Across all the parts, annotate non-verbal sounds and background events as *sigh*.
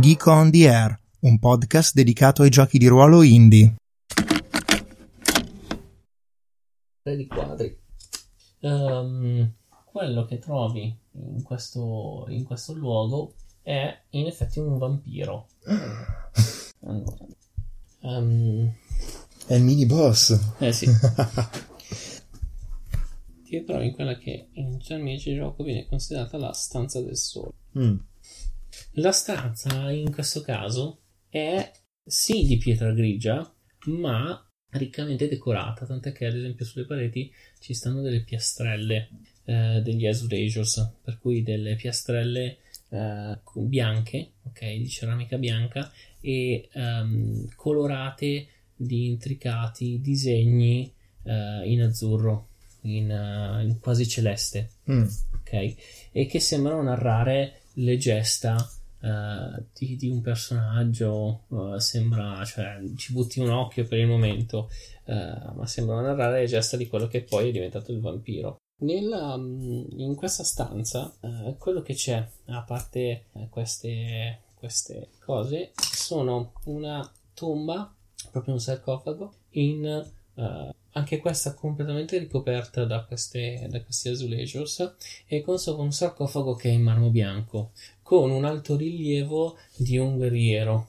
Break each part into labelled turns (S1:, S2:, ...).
S1: Geek on the Air, un podcast dedicato ai giochi di ruolo indie.
S2: di quadri. Ehm, quello che trovi in questo, in questo luogo è in effetti un vampiro. Allora. Ehm,
S3: È il mini boss.
S2: *laughs* eh sì. Ti trovi in quella che in termini di gioco viene considerata la stanza del sole.
S3: Mm.
S2: La stanza in questo caso è sì di pietra grigia, ma riccamente decorata, tant'è che ad esempio sulle pareti ci stanno delle piastrelle eh, degli Azulejos, per cui delle piastrelle eh, co- bianche, ok, di ceramica bianca e ehm, colorate di intricati disegni eh, in azzurro, in, eh, in quasi celeste
S3: Mm.
S2: ok? E che sembrano narrare le gesta eh, di, di un personaggio. eh, sembra, cioè, ci butti un occhio per il momento, eh, ma sembrano narrare le gesta di quello che poi è diventato il vampiro. Nella, mm, in questa stanza, eh, quello che c'è, a parte eh, queste, queste cose, sono una tomba, proprio un sarcofago, in, eh, anche questa completamente ricoperta da, queste, da questi azulejos, e con sopra un sarcofago che è in marmo bianco, con un altorilievo di un guerriero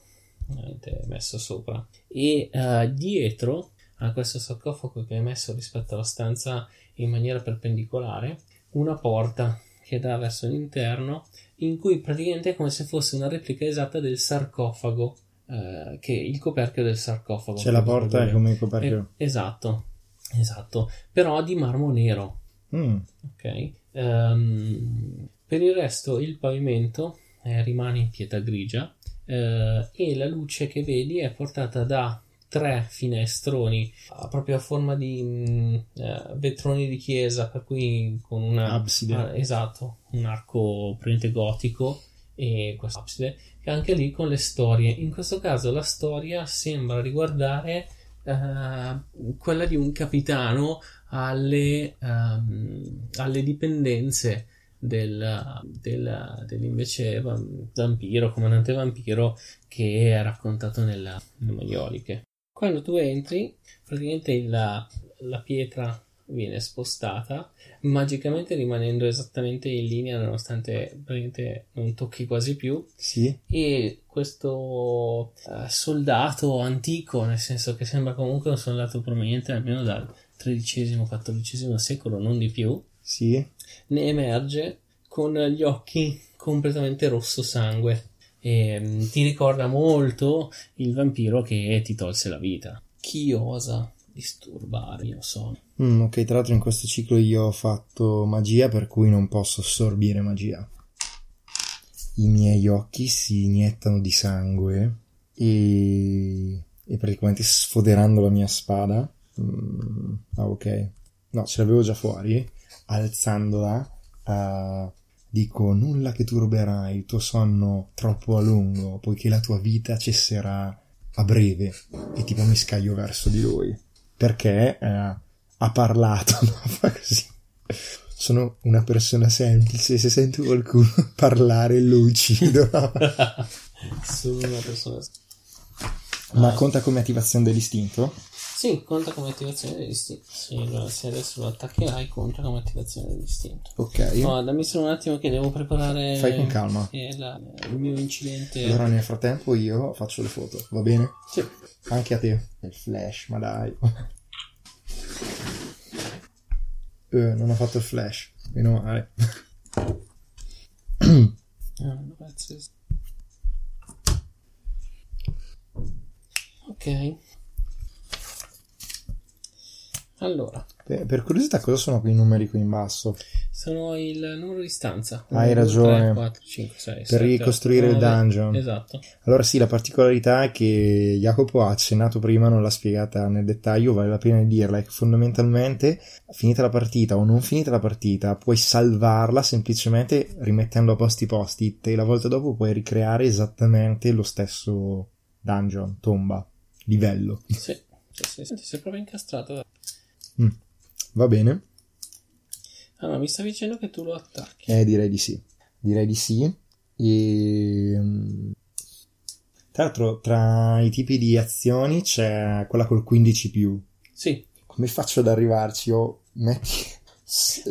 S2: eh, messo sopra. E eh, dietro a questo sarcofago che è messo rispetto alla stanza in maniera perpendicolare, una porta che dà verso l'interno, in cui praticamente è come se fosse una replica esatta del sarcofago, eh, che il coperchio del sarcofago.
S3: C'è la porta è come il
S2: Eh,
S3: coperchio.
S2: Esatto, esatto, però di marmo nero.
S3: Mm.
S2: Ok. Ehm, per il resto il pavimento eh, rimane in pietra grigia eh, e la luce che vedi è portata da tre finestroni a- proprio a forma di mm, eh, vetroni di chiesa, per cui con una
S3: Abside.
S2: ah, esatto, un arco prende gotico e questo abside, che anche lì con le storie. In questo caso la storia sembra riguardare eh, quella di un capitano alle, ehm, alle dipendenze del, del- dell'invece vam- vampiro, comandante vampiro, che è raccontato nella, nelle Maioliche. Quando tu entri, praticamente la, la pietra viene spostata, magicamente rimanendo esattamente in linea, nonostante praticamente non tocchi quasi più,
S3: Sì.
S2: e questo eh, soldato antico, nel senso che sembra comunque un soldato proveniente almeno dal XIII-XIV secolo, non di più,
S3: Sì.
S2: ne emerge con gli occhi completamente rosso sangue. E, mm, ti ricorda molto il vampiro che ti tolse la vita. Chi osa disturbare il mio sonno?
S3: Mm, ok, tra l'altro in questo ciclo io ho fatto magia, per cui non posso assorbire magia. I miei occhi si iniettano di sangue e, e praticamente sfoderando la mia spada. mm, ah, ok. No, ce l'avevo già fuori. Alzandola, ah, dico: Nulla che tu ruberai, il tuo sonno troppo a lungo, poiché la tua vita cesserà a breve. E tipo mi scaglio verso di lui. Perché. eh, ha parlato, *laughs* no? Fa così. Sono una persona semplice, se sento qualcuno *laughs* parlare lo uccido. *laughs*
S2: Sono una persona. Ah,
S3: Ma conta come attivazione dell'istinto?
S2: Sì, conta come attivazione dell'istinto. Sì, allora, se adesso lo attaccherai, conta come attivazione dell'istinto.
S3: Ok.
S2: No, dammi solo un attimo che devo preparare
S3: Fai con calma.
S2: eh, la- il mio incidente.
S3: Allora nel frattempo io faccio le foto, va bene?
S2: Sì.
S3: Anche a te. Il flash, ma dai. *laughs* Eh, non ho fatto il flash, meno male. *laughs*
S2: Ah, grazie. Ok. Allora,
S3: Per, per curiosità cosa sono quei numeri qui in basso?
S2: sono il numero di stanza.
S3: Hai
S2: 1, 2,
S3: ragione.
S2: 3, 4, 5, 6,
S3: Per ricostruire il dungeon.
S2: Esatto.
S3: Allora sì, la particolarità è che Jacopo ha accennato prima, non l'ha spiegata nel dettaglio, vale la pena di dirla, è che fondamentalmente finita la partita o non finita la partita puoi salvarla semplicemente rimettendo a posto i post-it e la volta dopo puoi ricreare esattamente lo stesso dungeon, tomba, livello.
S2: Sì, sì, sì, sì, ti sei proprio incastrato.
S3: Mm. Va bene?
S2: Allora, Ah, mi stavi dicendo che tu lo attacchi.
S3: Eh, direi di sì. Direi di sì. E... mm, Tra l'altro, tra i tipi di azioni c'è quella col 15 più.
S2: Sì.
S3: Come faccio ad arrivarci? Io metti. *laughs*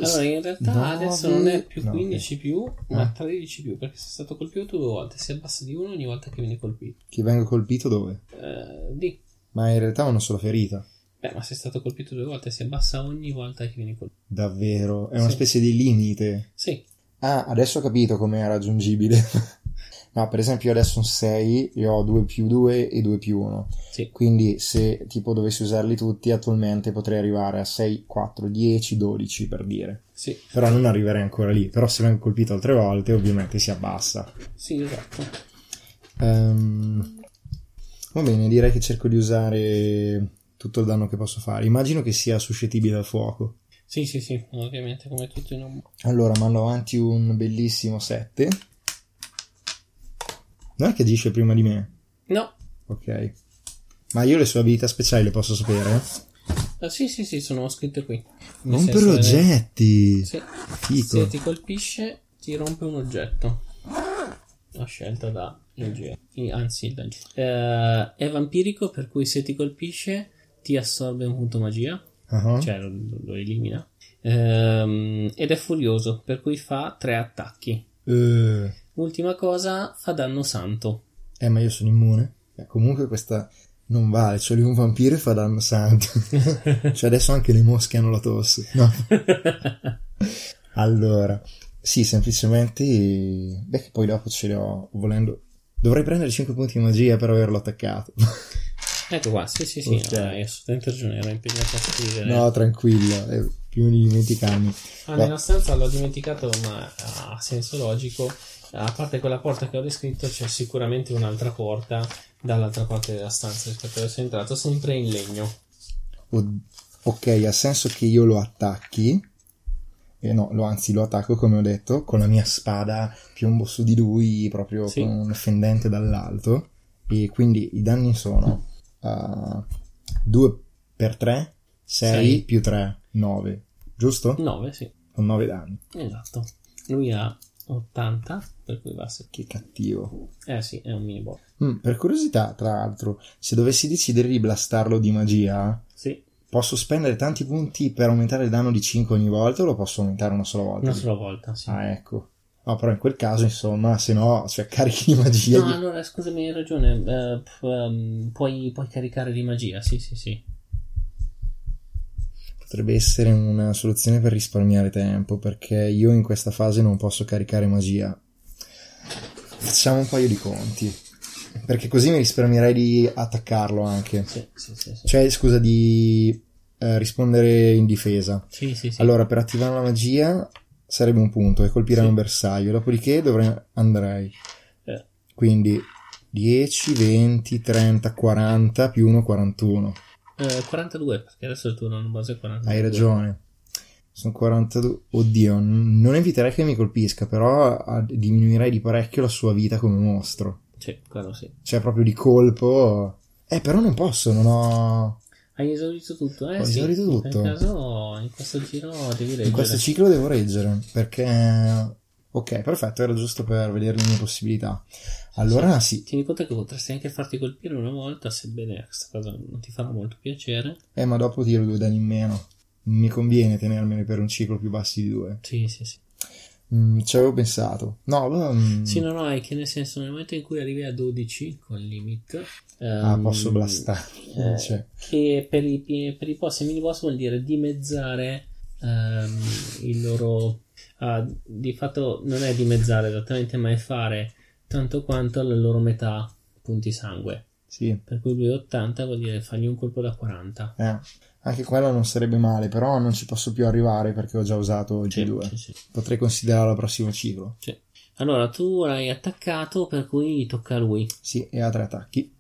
S2: Allora, in realtà
S3: Nove-
S2: adesso non è più
S3: no,
S2: 15 più,
S3: Ah.
S2: ma 13 più, perché sei stato colpito due volte, si abbassa di uno ogni volta che viene colpito.
S3: Che vengo colpito dove?
S2: Eh, di.
S3: Ma in realtà ho una sola ferita.
S2: Beh, ma sei stato colpito due volte, si abbassa ogni volta che vieni colpito.
S3: Davvero. È una
S2: Sì.
S3: specie di limite.
S2: Sì,
S3: Ah, adesso ho capito com'è raggiungibile. *laughs* no, per esempio, io adesso un 6, io ho 2 più 2 e 2 più 1.
S2: sì.
S3: Quindi se tipo dovessi usarli tutti attualmente potrei arrivare a 6, 4, 10, 12 per dire.
S2: Sì,
S3: Però non arriverei ancora lì. Però se vengo colpito altre volte ovviamente si abbassa.
S2: sì, esatto.
S3: Ehm, va bene, direi che cerco di usare tutto il danno che posso fare. Immagino che sia suscettibile al fuoco.
S2: Sì, sì, sì, ovviamente come tutti in un...
S3: Allora mando avanti un bellissimo 7. Non è che agisce prima di me.
S2: No,
S3: Ok. Ma io le sue abilità speciali le posso sapere?
S2: Ah, sì, sì, sì, sono scritte qui. Nel
S3: Non per
S2: senso che-
S3: oggetti.
S2: Sì.
S3: Fico.
S2: Se ti colpisce, ti rompe un oggetto. La scelta da IGN. I- Anzi, da IGN. Eh, è vampirico, per cui se ti colpisce, ti assorbe un punto magia,
S3: Ah.
S2: cioè lo, lo elimina. Ehm, ed è furioso, per cui fa tre attacchi.
S3: Eh,
S2: Ultima cosa, fa danno santo. *laughs*
S3: eh, ma io sono immune. Eh, comunque questa non vale, cioè lì un vampiro e fa danno
S2: *laughs*
S3: santo. cioè adesso anche le mosche hanno la tosse. No. Allora, sì, semplicemente... Beh, che poi dopo ce le ho, volendo... Dovrei prendere 5 punti di magia per averlo attaccato.
S2: ecco qua, sì, sì, sì,
S3: Ok.
S2: ah, hai assolutamente ragione, ero impegnato a scrivere.
S3: no, tranquillo, è più di dimenticarmi.
S2: Ah, nella stanza l'ho dimenticato, ma ha senso logico. A parte quella porta che ho descritto, c'è sicuramente un'altra porta dall'altra parte della stanza rispetto a dove sono entrato, sempre in legno.
S3: Od- ok, ha senso che io lo attacchi. E no, lo, anzi, lo attacco come ho detto con la mia spada piombo su di lui, proprio
S2: Sì.
S3: con un fendente dall'alto. E quindi i danni sono 2 per 3, 6
S2: Sei. Mm.
S3: più 3, 9, giusto?
S2: 9, sì,
S3: Con 9 danni.
S2: esatto. Lui ha 80, per cui va a se-
S3: Che cattivo.
S2: Eh sì, è un mini boss.
S3: Mm, per curiosità, tra l'altro, se dovessi decidere di blastarlo di magia,
S2: Sì,
S3: posso spendere tanti punti per aumentare il danno di 5 ogni volta o lo posso aumentare una sola volta?
S2: una sola volta, sì.
S3: Mm. Ah, ecco. No, però in quel caso, insomma, se no, cioè carichi di magia.
S2: No, allora scusami, hai ragione. eh, p- ehm, puoi, puoi caricare di magia, sì, sì, sì.
S3: Potrebbe essere una soluzione per risparmiare tempo, perché io in questa fase non posso caricare magia. Facciamo un paio di conti. Perché così mi risparmierei di attaccarlo anche.
S2: Sì, sì, sì. Sì,
S3: Cioè, scusa, di eh, rispondere in difesa.
S2: sì, sì, sì.
S3: Allora, per attivare la magia sarebbe un punto e colpire
S2: Sì.
S3: un bersaglio, dopodiché dovrei andrei.
S2: Eh.
S3: Quindi 10, 20, 30, 40 più 1, 41.
S2: Eh, 42, perché adesso il tuo non base è 42.
S3: Hai ragione. Sono 42. Oddio, n- non eviterei che mi colpisca, però a- diminuirei di parecchio la sua vita come mostro.
S2: Sì, quello sì.
S3: Cioè, proprio di colpo. Eh, però non posso, non ho.
S2: Hai esaurito tutto, eh?
S3: Ho
S2: sì.
S3: esaurito tutto.
S2: Per caso in questo giro devi leggere.
S3: In questo ciclo devo reggere perché. Ok, perfetto, era giusto per vedere le mie possibilità. Allora sì,
S2: Tieni conto che potresti anche farti colpire una volta, sebbene questa cosa non ti farà molto piacere.
S3: eh, ma dopo tiro due danni in meno. Non mi conviene tenermene per un ciclo più bassi di due.
S2: Sì, sì, sì.
S3: Mm, ci avevo pensato. No, no, mm,
S2: Sì, no, no, è che nel senso, nel momento in cui arrivi a 12 con il limit,
S3: ah,
S2: ehm,
S3: posso blastarli.
S2: eh,
S3: cioè,
S2: Che per i, per i boss e mini boss vuol dire dimezzare ehm, il loro. ah, di fatto non è dimezzare esattamente, ma è fare tanto quanto la loro metà punti sangue.
S3: sì.
S2: Per cui lui 80 vuol dire fargli un colpo da 40.
S3: eh, anche quello non sarebbe male, però non ci posso più arrivare perché ho già usato il G2.
S2: Sì, sì, sì.
S3: Potrei considerarlo al prossimo ciclo.
S2: Allora tu l'hai attaccato, per cui tocca a lui.
S3: Sì, e ha tre attacchi.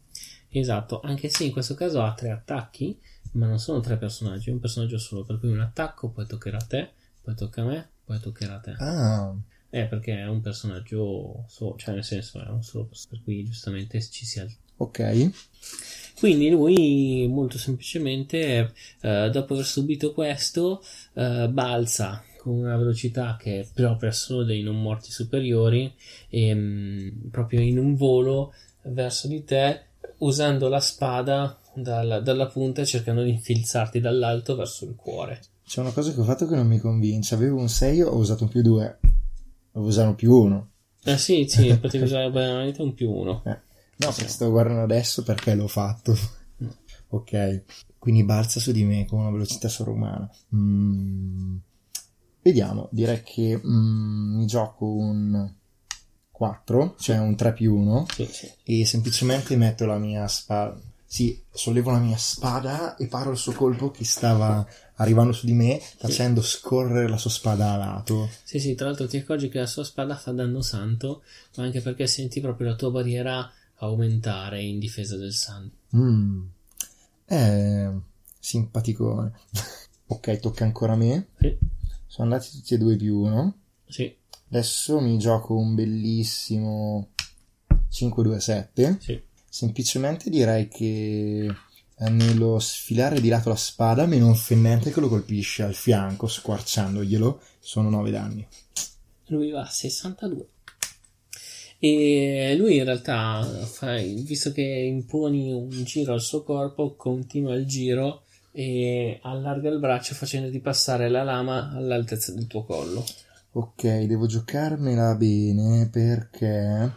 S2: Esatto, anche se in questo caso ha tre attacchi, ma non sono tre personaggi, è un personaggio solo. Per cui un attacco, poi toccherà a te, poi tocca a me, poi toccherà a te.
S3: Ah,
S2: Eh, perché è un personaggio solo, cioè nel senso è un solo, pers- per cui giustamente ci si al-
S3: ok.
S2: Quindi lui molto semplicemente, eh, dopo aver subito questo, eh, balza con una velocità che è propria solo dei non morti superiori, e, mm, proprio in un volo eh, verso di te usando la spada dalla, dalla punta e cercando di infilzarti dall'alto verso il cuore.
S3: C'è una cosa che ho fatto che non mi convince. Avevo un 6, ho usato un più 2. Dovevo usare un più 1.
S2: Eh sì, sì, potevi usare banalmente un più uno.
S3: No, perché sto guardando adesso perché l'ho fatto. ok. Quindi balza su di me con una velocità sovrumana. Mm. Vediamo, direi che mm, mi gioco un 4, cioè un 3 più 1
S2: Sì, sì.
S3: e semplicemente metto la mia spada. Sì, sollevo la mia spada e paro il suo colpo che stava arrivando su di me facendo scorrere la sua spada a lato.
S2: Sì, sì, tra l'altro ti accorgi che la sua spada fa danno santo, ma anche perché senti proprio la tua barriera aumentare in difesa del santo.
S3: Mm. Eh, simpaticone. *laughs* ok, tocca ancora a me.
S2: Sì,
S3: Sono andati tutti e due più 1.
S2: sì,
S3: Adesso mi gioco un bellissimo 5-2-7.
S2: sì.
S3: Semplicemente direi che eh, nello sfilare di lato la spada, meno offendente che lo colpisce al fianco, squarciandoglielo, sono 9 danni.
S2: Lui va a 62. E lui in realtà, fa- visto che imponi un giro al suo corpo, continua il giro e allarga il braccio facendoti passare la lama all'altezza del tuo collo.
S3: Ok, devo giocarmela bene perché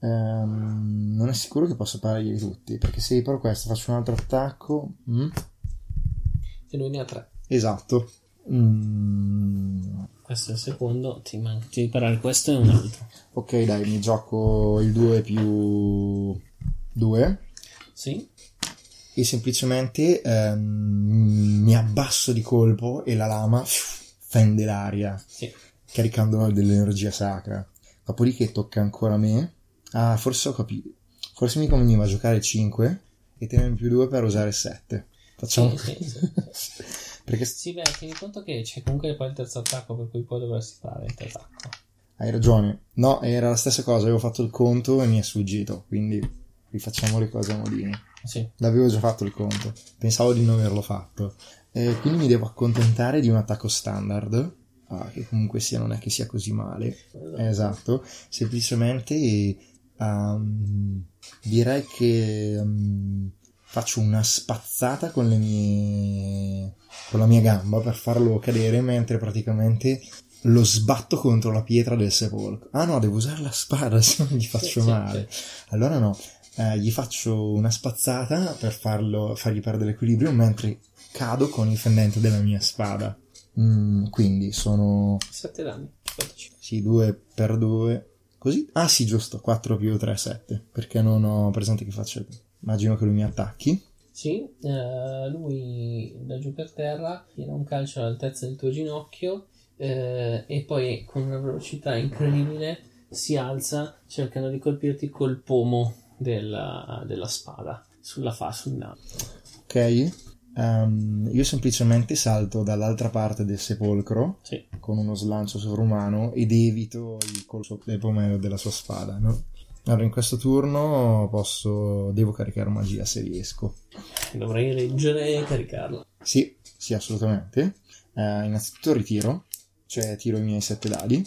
S3: ehm, non è sicuro che possa parargli tutti. Perché se riparo questo, faccio un altro attacco. mm,
S2: E lui ne ha 3.
S3: esatto. Mm,
S2: Questo è il secondo, ti manca di parare questo e un altro.
S3: ok, dai, mi gioco il 2 più 2.
S2: Sì?
S3: e semplicemente ehm, mi abbasso di colpo e la lama fiu, fende l'aria,
S2: Sì.
S3: caricandola dell'energia sacra. Dopodiché tocca ancora a me. Ah, forse ho capito. Forse mi conveniva giocare 5 e tenere più 2 per usare 7. Facciamo
S2: Sì, sì, sì.
S3: *laughs* Perché s-
S2: Sì, beh, tieni conto che c'è comunque poi il terzo attacco, per cui poi dovresti fare il terzo attacco.
S3: hai ragione. No, era la stessa cosa, avevo fatto il conto e mi è sfuggito, quindi rifacciamo le cose a modini.
S2: Sì.
S3: L'avevo già fatto il conto, pensavo di non averlo fatto. Eh, quindi mi devo accontentare di un attacco standard, ah, che comunque sia non è che sia così male. Eh, Esatto, semplicemente ehm, direi che ehm, faccio una spazzata con le mie con la mia gamba per farlo cadere mentre praticamente lo sbatto contro la pietra del sepolcro. Ah no, devo usare la spada, *laughs* se no gli faccio
S2: sì,
S3: male. Allora no, eh, gli faccio una spazzata per farlo, fargli perdere l'equilibrio mentre cado con il fendente della mia spada. Mm, quindi sono
S2: 7 danni. 45.
S3: sì, 2 per 2. Così? Ah sì, giusto, 4 più 3, 7. Perché non ho presente che faccio. Immagino che lui mi attacchi.
S2: Sì, eh, lui da giù per terra tira un calcio all'altezza del tuo ginocchio eh, e poi con una velocità incredibile si alza cercando di colpirti col pomo della, della spada sulla fa, sul naso.
S3: Ok? Ehm, io semplicemente salto dall'altra parte del sepolcro
S2: Sì.
S3: con uno slancio sovrumano ed evito il colpo del pomello della sua spada. no? Allora, in questo turno posso. devo caricare magia se riesco.
S2: Dovrei reggere e caricarla.
S3: Sì, sì, assolutamente. Eh, innanzitutto ritiro, cioè tiro i miei sette dadi.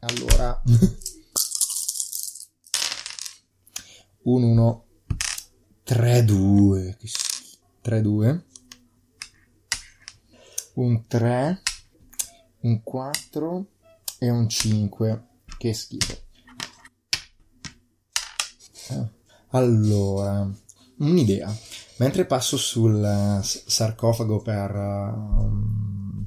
S3: Allora, *laughs* un 1, 3, 2, 3, 2, un 3, un 4 e un 5. Che schifo. Eh, Allora, un'idea. Mentre passo sul eh, s- sarcofago per ehm,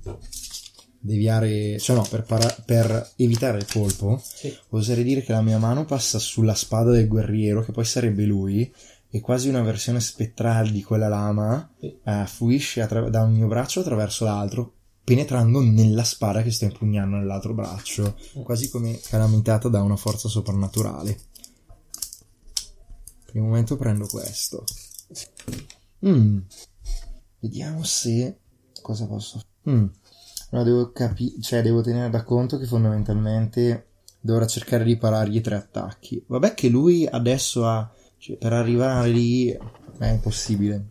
S3: deviare, cioè no, per, para- per evitare il colpo,
S2: Sì.
S3: oserei dire che la mia mano passa sulla spada del guerriero, che poi sarebbe lui, e quasi una versione spettrale di quella lama
S2: Sì.
S3: eh, fluisce attra- da un mio braccio attraverso l'altro, penetrando nella spada che sto impugnando nell'altro braccio,
S2: Mm.
S3: quasi come calamitata da una forza soprannaturale. Per il momento prendo questo. Mm. Vediamo se cosa posso. Mm. Allora devo capire, cioè devo tenere da conto che fondamentalmente dovrà cercare di parargli tre attacchi. Vabbè che lui adesso ha cioè, per arrivare lì è impossibile.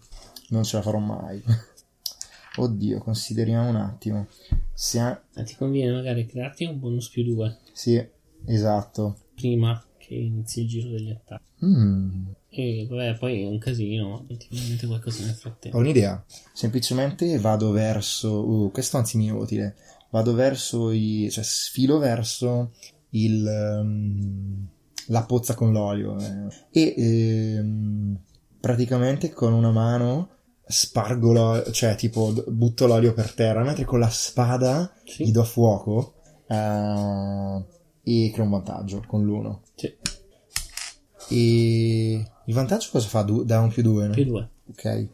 S3: Non ce la farò mai. *laughs* Oddio, consideriamo un attimo. Se ha-
S2: Eh, Ti conviene magari crearti un bonus più 2
S3: Sì, esatto.
S2: prima che inizi il giro degli attacchi.
S3: Mm,
S2: E vabbè, poi è un casino, ti viene in mente qualcosa nel
S3: ho
S2: frattempo.
S3: un'idea. Semplicemente vado verso. Uh, questo anzi mi è utile. Vado verso i. cioè sfilo verso il. ehm, la pozza con l'olio. eh. E ehm, praticamente con una mano spargo l'olio, cioè tipo d- butto l'olio per terra, mentre con la spada
S2: Sì.
S3: gli do fuoco eh, e creo un vantaggio con l'uno.
S2: Sì.
S3: E il vantaggio cosa fa? Du- da un più due, no?
S2: Più due,
S3: Ok.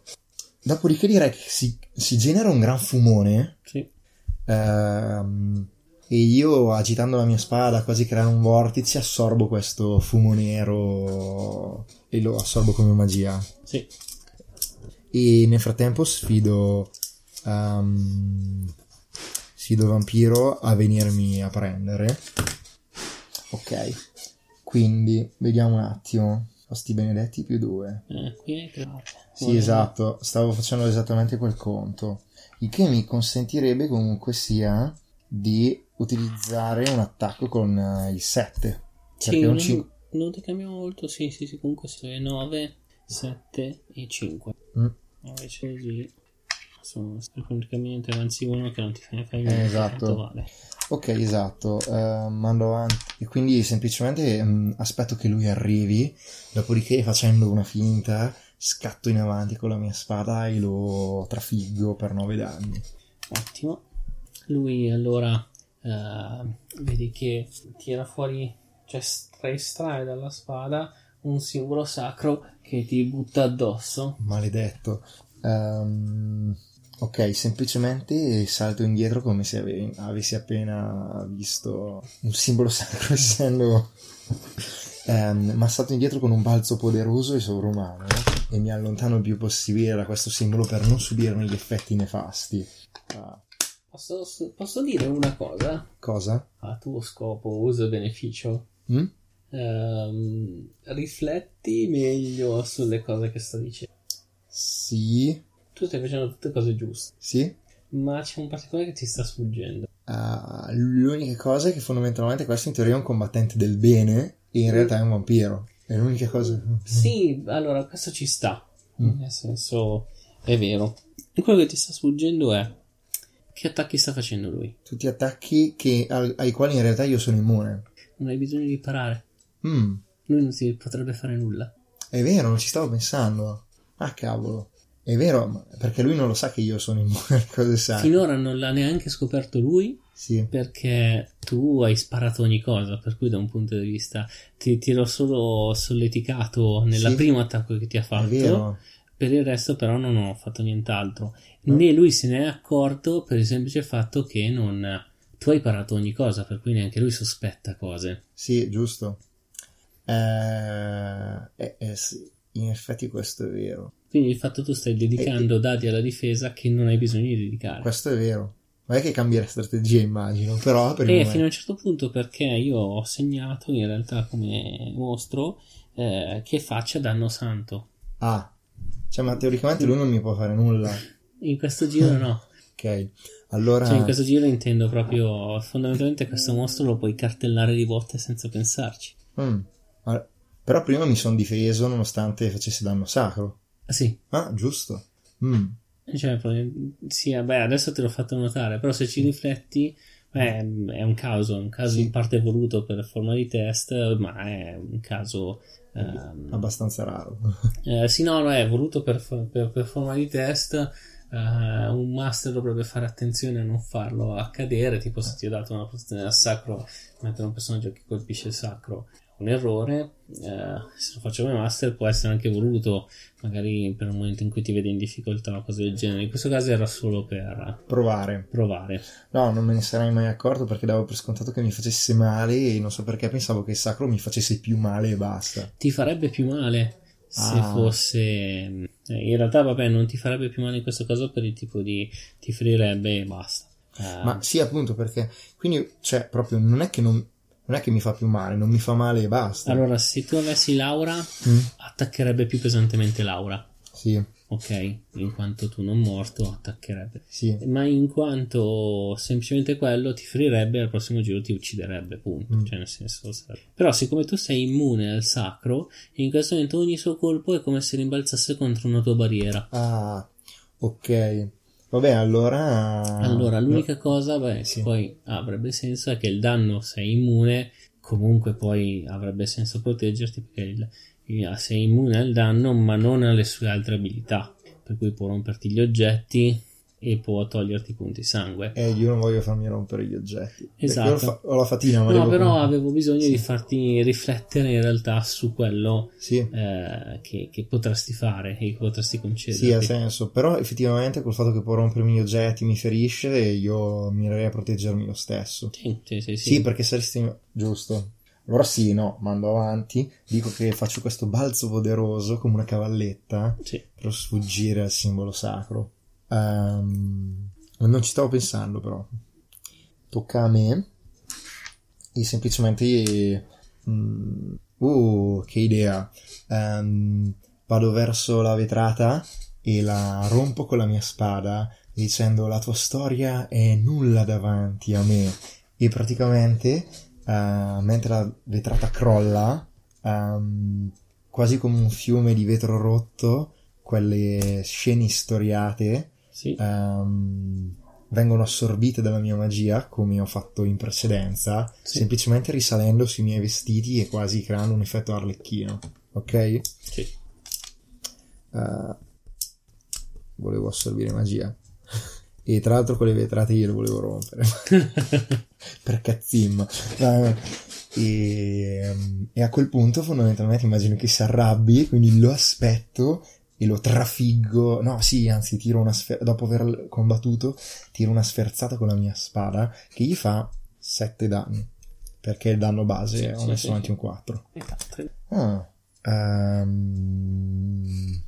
S3: Dopodiché direi che si, si genera un gran fumone
S2: sì.
S3: ehm, e io agitando la mia spada quasi creare un vortice assorbo questo fumo nero e lo assorbo come magia.
S2: Sì.
S3: E nel frattempo sfido ehm, sfido Vampiro a venirmi a prendere. Ok. Quindi vediamo un attimo. Sti benedetti più due.
S2: Eh, qui è grave.
S3: Sì,
S2: Vuole-
S3: esatto, stavo facendo esattamente quel conto. Il che mi consentirebbe comunque sia di utilizzare un attacco con eh, il 7.
S2: Sì,
S3: perché un
S2: non,
S3: cin-
S2: non ti cambia molto, sì, sì, sì, comunque se 9, 7 e 5.
S3: Mm.
S2: Invece così sono praticamente avanzi uno che non ti fa ne fai
S3: Eh,
S2: niente.
S3: esatto.
S2: tanto Vale.
S3: Ok, esatto, eh, mando avanti. E quindi semplicemente mm, aspetto che lui arrivi, dopodiché facendo una finta scatto in avanti con la mia spada e lo trafiggo per 9 danni.
S2: Ottimo. Lui allora eh, vedi che tira fuori, cioè stra- estrae dalla spada un simbolo sacro che ti butta addosso.
S3: Maledetto. Ehm, ok, semplicemente salto indietro come se ave- avessi appena visto un simbolo *laughs* sacro essendo... Ehm, ma salto indietro con un balzo poderoso e sovrumano e mi allontano il più possibile da questo simbolo per non subirne gli effetti nefasti. Ah,
S2: Posso, posso dire una cosa?
S3: cosa?
S2: A tuo scopo, uso e beneficio.
S3: Mm?
S2: Ehm, rifletti meglio sulle cose che sto dicendo.
S3: Sì,
S2: Tu stai facendo tutte cose giuste,
S3: sì.
S2: ma c'è un particolare che ti sta sfuggendo.
S3: Ah, l'unica cosa è che fondamentalmente questo in teoria è un combattente del bene e in realtà è un vampiro. È l'unica cosa...
S2: Sì, allora questo ci sta.
S3: Mm.
S2: Nel senso, è vero. Quello che ti sta sfuggendo è che attacchi sta facendo lui.
S3: tutti attacchi che- al- ai quali in realtà io sono immune.
S2: Non hai bisogno di parare.
S3: Mm,
S2: Lui non si potrebbe fare nulla.
S3: è vero, non ci stavo pensando. Ah, cavolo. È vero, ma- perché lui non lo sa che io sono immune, *laughs* cosa sa?
S2: Finora non l'ha neanche scoperto lui
S3: Sì.
S2: perché tu hai sparato ogni cosa. Per cui, da un punto di vista, ti, ti l'ho solo solleticato nel
S3: Sì.
S2: primo attacco che ti ha
S3: È
S2: fatto.
S3: vero,
S2: Per il resto, però, non ho fatto nient'altro.
S3: No.
S2: Né lui se ne è accorto per il semplice fatto che non. Tu hai parato ogni cosa, per cui neanche lui sospetta cose.
S3: sì, giusto. Eh, eh, eh, sì, in effetti questo è vero.
S2: Quindi il fatto tu stai dedicando dati alla difesa che non hai bisogno di dedicare.
S3: Eh, Questo è vero. Non è che cambierà strategia, immagino, però per il
S2: E
S3: momento-
S2: fino a un certo punto, perché io ho segnato in realtà come mostro eh, che faccia danno santo.
S3: Ah, cioè ma teoricamente lui non mi può fare nulla.
S2: In questo
S3: Ah,
S2: giro no.
S3: Ok, allora...
S2: Cioè, in questo giro intendo proprio fondamentalmente questo mostro lo puoi cartellare di botte senza pensarci.
S3: Mm. Ma- Però prima mi sono difeso nonostante facesse danno sacro.
S2: Ah, Sì,
S3: Ah, giusto. Mm.
S2: Cioè, poi- sì, beh, adesso te l'ho fatto notare, però se ci rifletti, beh, è un caso, è un caso
S3: Sì.
S2: in parte voluto per forma di test, ma è un caso... ehm,
S3: Abbastanza raro. *laughs*
S2: eh, sì, no, no, è voluto per, fo- per- per forma di test, eh, un master dovrebbe fare attenzione a non farlo accadere, tipo se ti ho dato una posizione al sacro, mettere un personaggio che colpisce il sacro. è Un errore, eh, se lo faccio come master può essere anche voluto, magari per un momento in cui ti vede in difficoltà o cose del genere. In questo caso era solo per
S3: Provare.
S2: provare.
S3: No, non me ne sarei mai accorto perché davo per scontato che mi facesse male e non so perché pensavo che il sacro mi facesse più male e basta.
S2: ti farebbe più male se
S3: Ah.
S2: fosse eh, in realtà vabbè non ti farebbe più male in questo caso per il tipo di ti ferirebbe e basta Eh,
S3: Ma sì, appunto perché... Quindi, cioè, proprio non è che non... Non è che mi fa più male, non mi fa male e basta.
S2: allora se tu avessi Laura
S3: Mm,
S2: attaccherebbe più pesantemente Laura
S3: Sì,
S2: ok, in quanto tu non morto attaccherebbe,
S3: Sì.
S2: ma in quanto semplicemente quello ti ferirebbe e al prossimo giro ti ucciderebbe, punto.
S3: Mm.
S2: Cioè, nel senso, sarebbe- però, siccome tu sei immune al sacro, in questo momento ogni suo colpo è come se rimbalzasse contro una tua barriera.
S3: Ah, ok. Vabbè, allora...
S2: Allora, l'unica
S3: Ah, no.
S2: cosa beh, che
S3: Sì.
S2: poi avrebbe senso è che il danno sei immune, comunque poi avrebbe senso proteggerti perché il- il- sei immune al danno, ma non alle sue altre abilità. Per cui può romperti gli oggetti e può toglierti i punti sangue.
S3: Eh, io non voglio farmi rompere gli oggetti. perché
S2: Esatto.
S3: Ho, la fa- ho la fatina, ma
S2: No,
S3: devo-
S2: però avevo bisogno
S3: Sì.
S2: di farti riflettere in realtà su quello
S3: Sì,
S2: eh, che, che potresti fare e che potresti concederti.
S3: sì, ha senso. Però effettivamente col fatto che può rompermi gli oggetti mi ferisce e io mirerei a proteggermi lo stesso.
S2: Sì, sì, sì, sì.
S3: Sì, perché saresti... Giusto. Allora sì, no, mando avanti. Dico che faccio questo balzo poderoso come una cavalletta
S2: Sì.
S3: per sfuggire al simbolo sacro. Ehm, non ci stavo pensando però. Tocca a me. E semplicemente... mm, uh, che idea. Ehm, vado verso la vetrata e la rompo con la mia spada dicendo la tua storia è nulla davanti a me. E praticamente, eh, mentre la vetrata crolla, ehm, quasi come un fiume di vetro rotto, quelle scene istoriate
S2: Sì.
S3: ehm, vengono assorbite dalla mia magia, come ho fatto in precedenza,
S2: Sì.
S3: semplicemente risalendo sui miei vestiti e quasi creando un effetto arlecchino. Ok?
S2: Sì.
S3: Eh, volevo assorbire magia. E tra l'altro quelle vetrate io le volevo rompere.
S2: *laughs*
S3: per cazzim. Eh, E, ehm, e a quel punto fondamentalmente immagino che si arrabbi, quindi lo aspetto e lo trafiggo. No, sì, anzi, tiro una sfer- dopo aver combattuto, tiro una sferzata con la mia spada che gli fa 7 danni. Perché il danno base
S2: Sì,
S3: ho
S2: sì,
S3: messo
S2: sì,
S3: avanti
S2: sì.
S3: un 4.
S2: Esatto.
S3: Ah, ehm,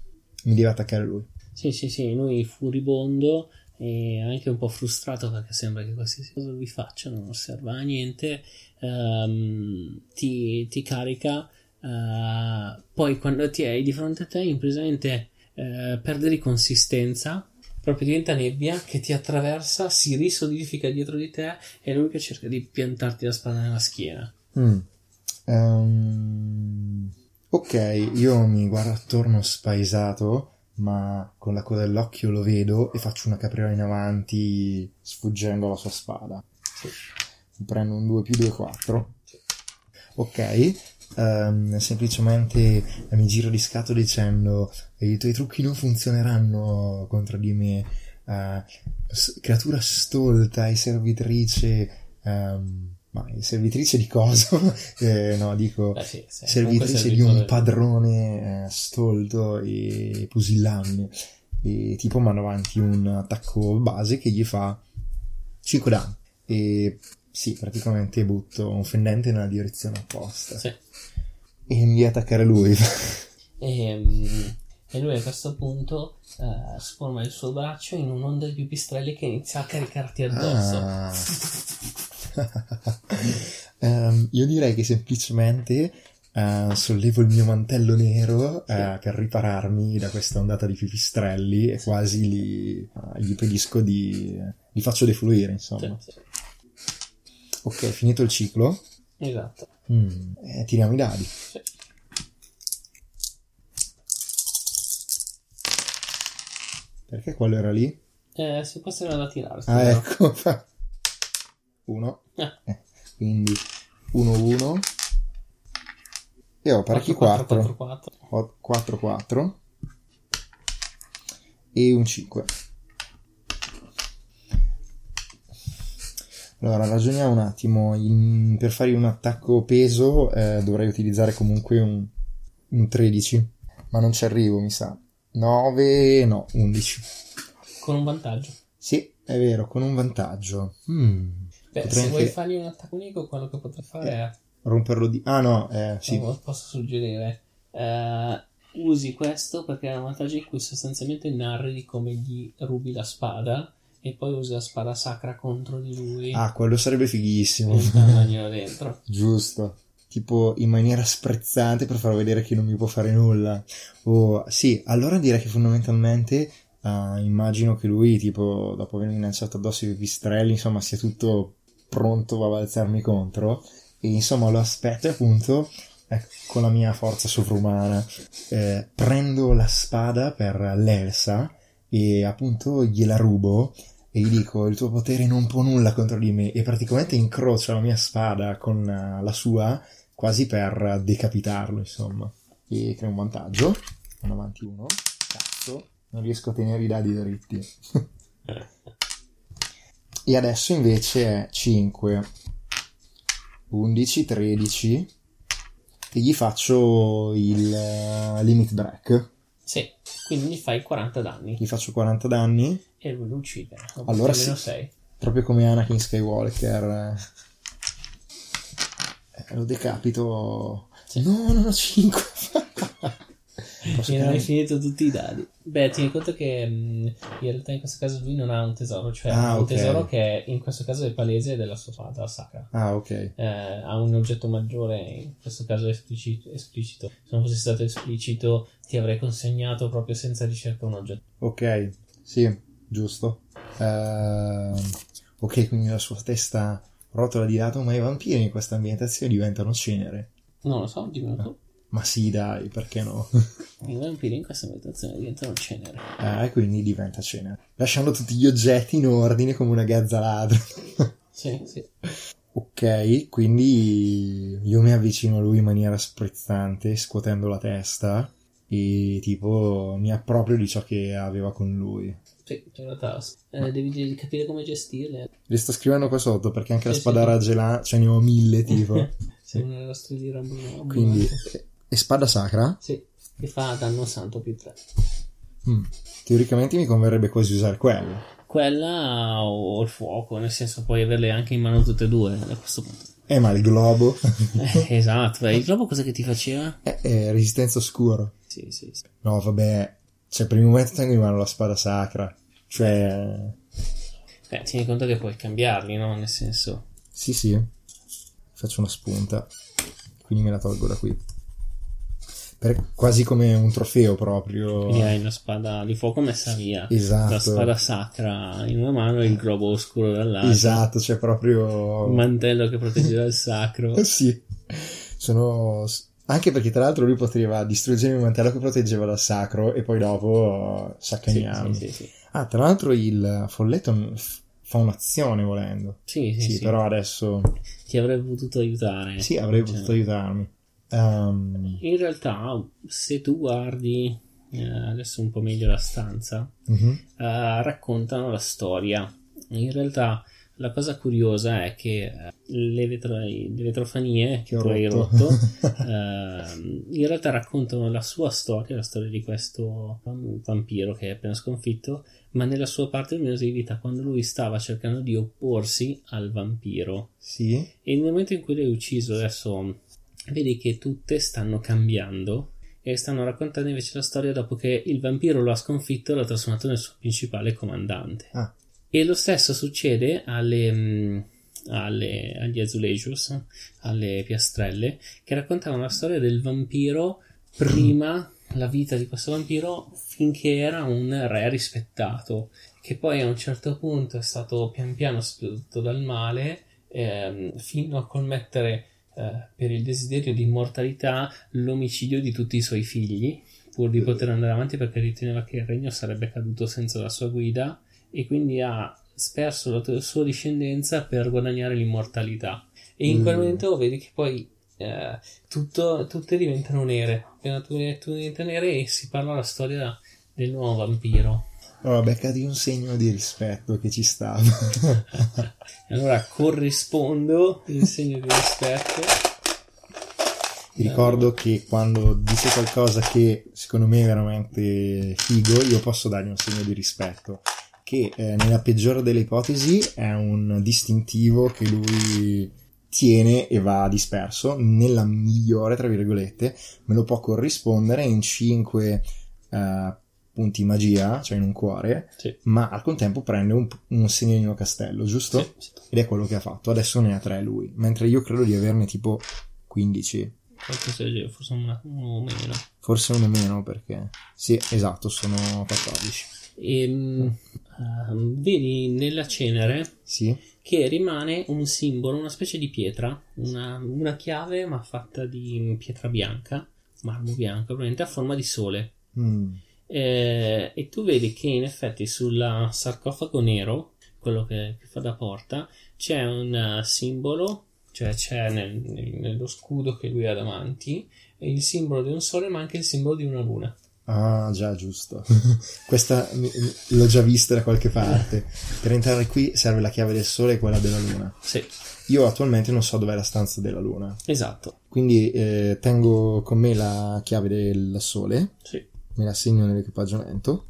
S3: mi deve attaccare lui.
S2: Sì, sì, sì, lui furibondo e anche un po' frustrato perché sembra che qualsiasi cosa lui faccia non serva a niente, ehm, ti, ti carica, eh, poi quando ti hai di fronte a te improvvisamente eh, perde di consistenza, proprio diventa nebbia che ti attraversa, si risolidifica dietro di te e lui che cerca di piantarti la spada nella schiena.
S3: Mm. Ehm, ok, io mi guardo attorno spaesato, ma con la coda dell'occhio lo vedo e faccio una capriola in avanti sfuggendo alla sua spada. Prendo un 2 più 2, 4. Ok, ehm, semplicemente mi giro di scatto dicendo i tuoi trucchi non funzioneranno contro di me. eh, s- creatura stolta e servitrice... ehm, ma servitrice di cosa? *laughs* Eh, no, dico
S2: Beh, sì, sì,
S3: servitrice
S2: Cioè, comunque
S3: di un
S2: servitore-
S3: padrone eh, stolto e pusillante e tipo manda avanti un attacco base che gli fa 5 danni e sì praticamente butto un fendente nella direzione opposta
S2: Sì.
S3: e mi deve attaccare lui *laughs*
S2: E, mm, e lui a questo punto eh, sforma il suo braccio in un'onda di pipistrelli che inizia a caricarti addosso.
S3: Ah. *laughs* Ehm, io direi che semplicemente eh, sollevo il mio mantello nero eh, per ripararmi da questa ondata di pipistrelli e quasi li, eh, gli pedisco di... li faccio defluire
S2: Sì,
S3: insomma.
S2: sì.
S3: Ok, finito il ciclo.
S2: Esatto.
S3: Mm, eh, tiriamo i dadi.
S2: Sì.
S3: Perché quello era lì?
S2: Eh, se questo era da tirare.
S3: Ah,
S2: scusa.
S3: ecco. *laughs* Uno.
S2: Ah.
S3: Eh, quindi 1-1. E ho parecchi 4.
S2: 4-4-4-4.
S3: Ho 4 4 e un 5. Allora, ragioniamo un attimo. In- per fare un attacco peso eh, dovrei utilizzare comunque un, un 13, ma non ci arrivo, mi sa. 9, no, 11.
S2: Con un vantaggio.
S3: Sì, è vero, con un vantaggio. Mm,
S2: Beh,
S3: Potrei
S2: se
S3: anche-
S2: vuoi fargli un attacco unico, quello che potrei fare è
S3: Romperlo di... Ah no, eh, sì.
S2: Allora, posso suggerire eh, usi questo perché è una magia in cui sostanzialmente narri come gli rubi la spada e poi usi la spada sacra contro di lui *laughs*
S3: Ah, quello sarebbe Ah, fighissimo. *laughs*
S2: e intagliano dentro Eh,
S3: Giusto. tipo in maniera sprezzante per far vedere che non mi può fare nulla. O sì, allora direi che fondamentalmente ah, immagino che lui, tipo, dopo avermi lanciato addosso i pipistrelli, insomma, sia tutto pronto a balzarmi contro. E insomma lo aspetto e appunto, ecco, con la mia forza sovrumana, eh, prendo la spada per l'Elsa e appunto gliela rubo e gli dico il tuo potere non può nulla contro di me e praticamente incrocio la mia spada con eh, la sua quasi per decapitarlo insomma e creo un vantaggio vanno avanti uno cazzo non riesco a tenere i dadi dritti e adesso invece è 5 11 13 e gli faccio il eh, limit break
S2: Sì, quindi gli fai 40 danni
S3: gli faccio 40 danni
S2: e lui lo uccide. Lo butti
S3: Allora
S2: a meno
S3: sì.
S2: 6.
S3: proprio come Anakin Skywalker. eh, Lo decapito. cioè,
S2: Sì.
S3: No, non ho 5. Posso
S2: E non hai
S3: creare-
S2: finito tutti i dadi. Beh, tieni conto che mh, in realtà in questo caso lui non ha un tesoro, cioè
S3: Ah,
S2: ha un
S3: ok.
S2: tesoro che in questo caso è palese della sua fata sacra.
S3: Ah, ok.
S2: Eh, ha un oggetto maggiore, in questo caso esplicito, esplicito. Se non fosse stato esplicito, ti avrei consegnato proprio senza ricerca un oggetto.
S3: Ok, sì, giusto. Ehm, ok, quindi la sua testa rotola di lato, ma i vampiri in questa ambientazione diventano cenere.
S2: Non lo so, dimmi tu.
S3: Ma sì, dai, perché no? *laughs*
S2: I vampiri in questa meditazione diventano cenere.
S3: Ah, e quindi diventa cenere. Lasciando tutti gli oggetti in ordine come una gazza ladra.
S2: Sì, sì.
S3: Ok, quindi io mi avvicino a lui in maniera sprezzante, scuotendo la testa e tipo mi approprio di ciò che aveva con lui.
S2: Sì, in realtà eh, devi capire come gestirle.
S3: Le sto scrivendo qua sotto perché anche la
S2: Sì,
S3: spada
S2: sì.
S3: raggelà, ce ne ho mille
S2: *laughs*
S3: tipo.
S2: Sei una nostra di Rambo.
S3: Quindi... E spada sacra?
S2: Sì, che fa danno santo più 3.
S3: Mm, Teoricamente mi converrebbe quasi usare quella.
S2: Quella o il fuoco, nel senso puoi averle anche in mano tutte e due a questo punto.
S3: *laughs* Eh, ma il globo *laughs*
S2: Eh, esatto, eh, il globo cosa che ti faceva?
S3: è, è eh, resistenza oscuro.
S2: Sì, sì, sì.
S3: No, vabbè, cioè per il momento tengo in mano la spada sacra. Cioè...
S2: Eh, tieni conto che puoi cambiarli, no? Nel senso...
S3: Sì, sì. Faccio una spunta. Quindi me la tolgo da qui. Per- quasi come un trofeo proprio.
S2: Quindi hai la spada di fuoco messa via,
S3: Esatto.
S2: la spada sacra in una mano e il globo oscuro dall'altra,
S3: Esatto, cioè proprio...
S2: il mantello che proteggeva il sacro.
S3: *laughs* Sì. Sono... Anche perché tra l'altro lui poteva distruggere il mantello che proteggeva dal sacro e poi dopo
S2: Sì,
S3: saccaniamo.
S2: sì, sì, sì.
S3: Ah, tra l'altro il folletto f- fa un'azione volendo.
S2: Sì, Eh, sì,
S3: Sì,
S2: sì.
S3: però adesso...
S2: Ti avrei potuto aiutare.
S3: Sì, avrei
S2: Cioè,
S3: potuto aiutarmi. Ehm,
S2: In realtà, se tu guardi eh, adesso un po' meglio la stanza,
S3: mhm.
S2: eh, raccontano la storia. In realtà la cosa curiosa è che eh, le, vetro- le vetrofanie che
S3: Che ho
S2: tu hai
S3: rotto.
S2: rotto
S3: *laughs*
S2: ehm, in realtà raccontano la sua storia, la storia di questo vam- vampiro che è appena sconfitto, ma nella sua parte luminosa di vita, quando lui stava cercando di opporsi al vampiro.
S3: Sì.
S2: E nel momento in cui l'hai ucciso, adesso vedi che tutte stanno cambiando e stanno raccontando invece la storia dopo che il vampiro lo ha sconfitto e l'ha trasformato nel suo principale comandante.
S3: Ah.
S2: E lo stesso succede alle, mm, mh, alle- agli azulejos, alle piastrelle, che raccontavano la storia del vampiro prima *clears throat* la vita di questo vampiro finché era un re rispettato, che poi a un certo punto è stato pian piano seduto dal male ehm, fino a commettere eh, per il desiderio di immortalità l'omicidio di tutti i suoi figli, pur di poter andare avanti perché riteneva che il regno sarebbe caduto senza la sua guida e quindi ha sperso la t- sua discendenza per guadagnare l'immortalità. E in quel
S3: Mm.
S2: momento vedi che poi eh, tutto- tutte diventano nere, appena tu, tu diventa nere e si parla la storia del nuovo vampiro.
S3: Allora, beccati un segno di rispetto che ci stava.
S2: E allora corrispondo in segno di Eh, rispetto.
S3: Ti ricordo che quando dice qualcosa che secondo me è veramente figo, io posso dargli un segno di rispetto, che eh, nella peggiore delle ipotesi è un distintivo che lui tiene e va disperso, nella migliore, tra virgolette, me lo può corrispondere in 5 punti magia, cioè in un cuore,
S2: Sì.
S3: ma al contempo prende un, un segnalino castello, giusto?
S2: Sì.
S3: Ed è quello che ha fatto, adesso ne ha 3 lui, mentre io credo di averne tipo 15.
S2: Qualcosa del genere, forse una- uno meno.
S3: Forse uno meno perché... Sì, esatto, sono 14.
S2: E, mm, ehm, vedi nella cenere
S3: Sì?
S2: che rimane un simbolo, una specie di pietra, una, una chiave ma fatta di pietra bianca, marmo bianco, probabilmente a forma di sole.
S3: Mm.
S2: Eh, e tu vedi che in effetti sul sarcofago nero, quello che, che fa da porta, c'è un eh, simbolo, cioè c'è nel- nel- nello scudo che lui ha davanti il simbolo di un sole ma anche il simbolo di una luna.
S3: Ah, già, giusto. *laughs* Questa mi- mi- l'ho già vista da qualche parte. Per entrare qui serve la chiave del sole e quella della luna.
S2: Sì,
S3: Io attualmente non so dov'è la stanza della luna,
S2: esatto.
S3: quindi eh, tengo con me la chiave del sole,
S2: Sì.
S3: me la segno nell'equipaggiamento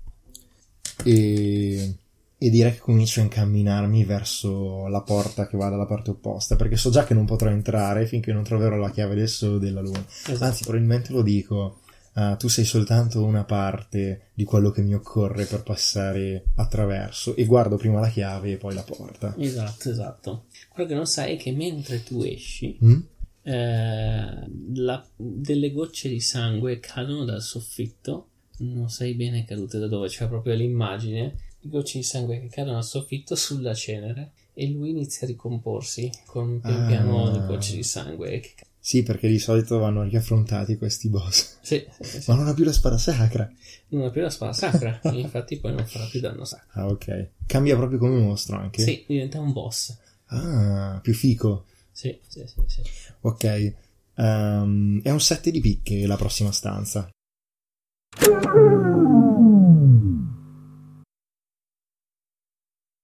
S3: e, e direi che comincio a incamminarmi verso la porta che va dalla parte opposta, perché so già che non potrò entrare finché non troverò la chiave del sole o della luna.
S2: esatto.
S3: Anzi, probabilmente lo dico. ah, tu sei soltanto una parte di quello che mi occorre per passare attraverso e guardo prima la chiave e poi la porta.
S2: Esatto, esatto. Quello che non sai è che mentre tu esci,
S3: Mm?
S2: eh, la- delle gocce di sangue cadono dal soffitto. Non sai bene cadute da dove, c'è proprio l'immagine di gocce di sangue che cadono dal soffitto sulla cenere e lui inizia a ricomporsi con pian
S3: Ah.
S2: piano di gocce di sangue. Che ca-
S3: Sì, perché di solito vanno riaffrontati questi boss.
S2: sì, sì, sì.
S3: Ma non ha più la spada sacra.
S2: non ha più la spada sacra, e infatti poi non farà più danno sacro.
S3: Ah, ok. Cambia proprio come mostro anche.
S2: Sì, diventa un boss.
S3: Ah, più fico.
S2: Sì, sì, sì, sì.
S3: Ok. Ehm, è un 7 di picche la prossima stanza.